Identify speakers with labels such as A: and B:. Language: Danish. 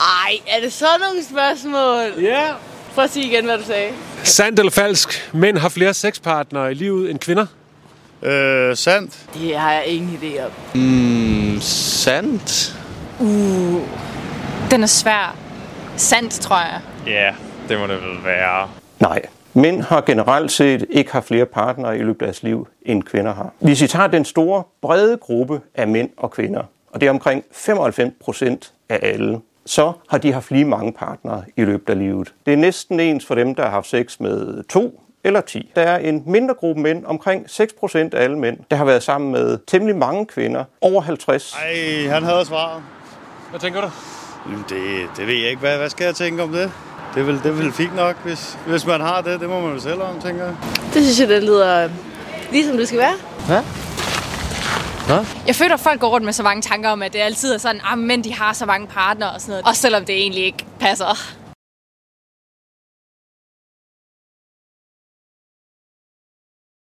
A: Ej, er det sådan nogle spørgsmål?
B: Ja.
A: Prøv at sige igen, hvad du sagde.
B: Sandt eller falsk, mænd har flere sexpartnere i livet end kvinder.
C: Øh, sandt.
A: Det har jeg ingen idé om.
D: Mm, sandt?
E: Den er svær. Sandt, tror jeg.
F: Ja, det må det vel være.
G: Nej. Mænd har generelt set ikke har flere partnere i løbet af deres liv, end kvinder har. Hvis I tager den store, brede gruppe af mænd og kvinder, og det er omkring 95 procent af alle, så har de haft lige mange partnere i løbet af livet. Det er næsten ens for dem, der har haft sex med to eller 10. Der er en mindre gruppe mænd, omkring 6 procent af alle mænd, der har været sammen med temmelig mange kvinder, over 50.
C: Ej, han havde svaret.
B: Hvad tænker du?
C: Jamen, det, det ved jeg ikke. Hvad, hvad skal jeg tænke om det? Det er vel, det er vel fint nok, hvis, hvis man har det. Det må man jo selv om, tænker jeg.
A: Det synes jeg, det lyder ligesom det skal være.
E: Jeg føler, at folk går rundt med så mange tanker om, at det altid er sådan, at ah, mænd de har så mange partnere og sådan noget. Også selvom det egentlig ikke passer.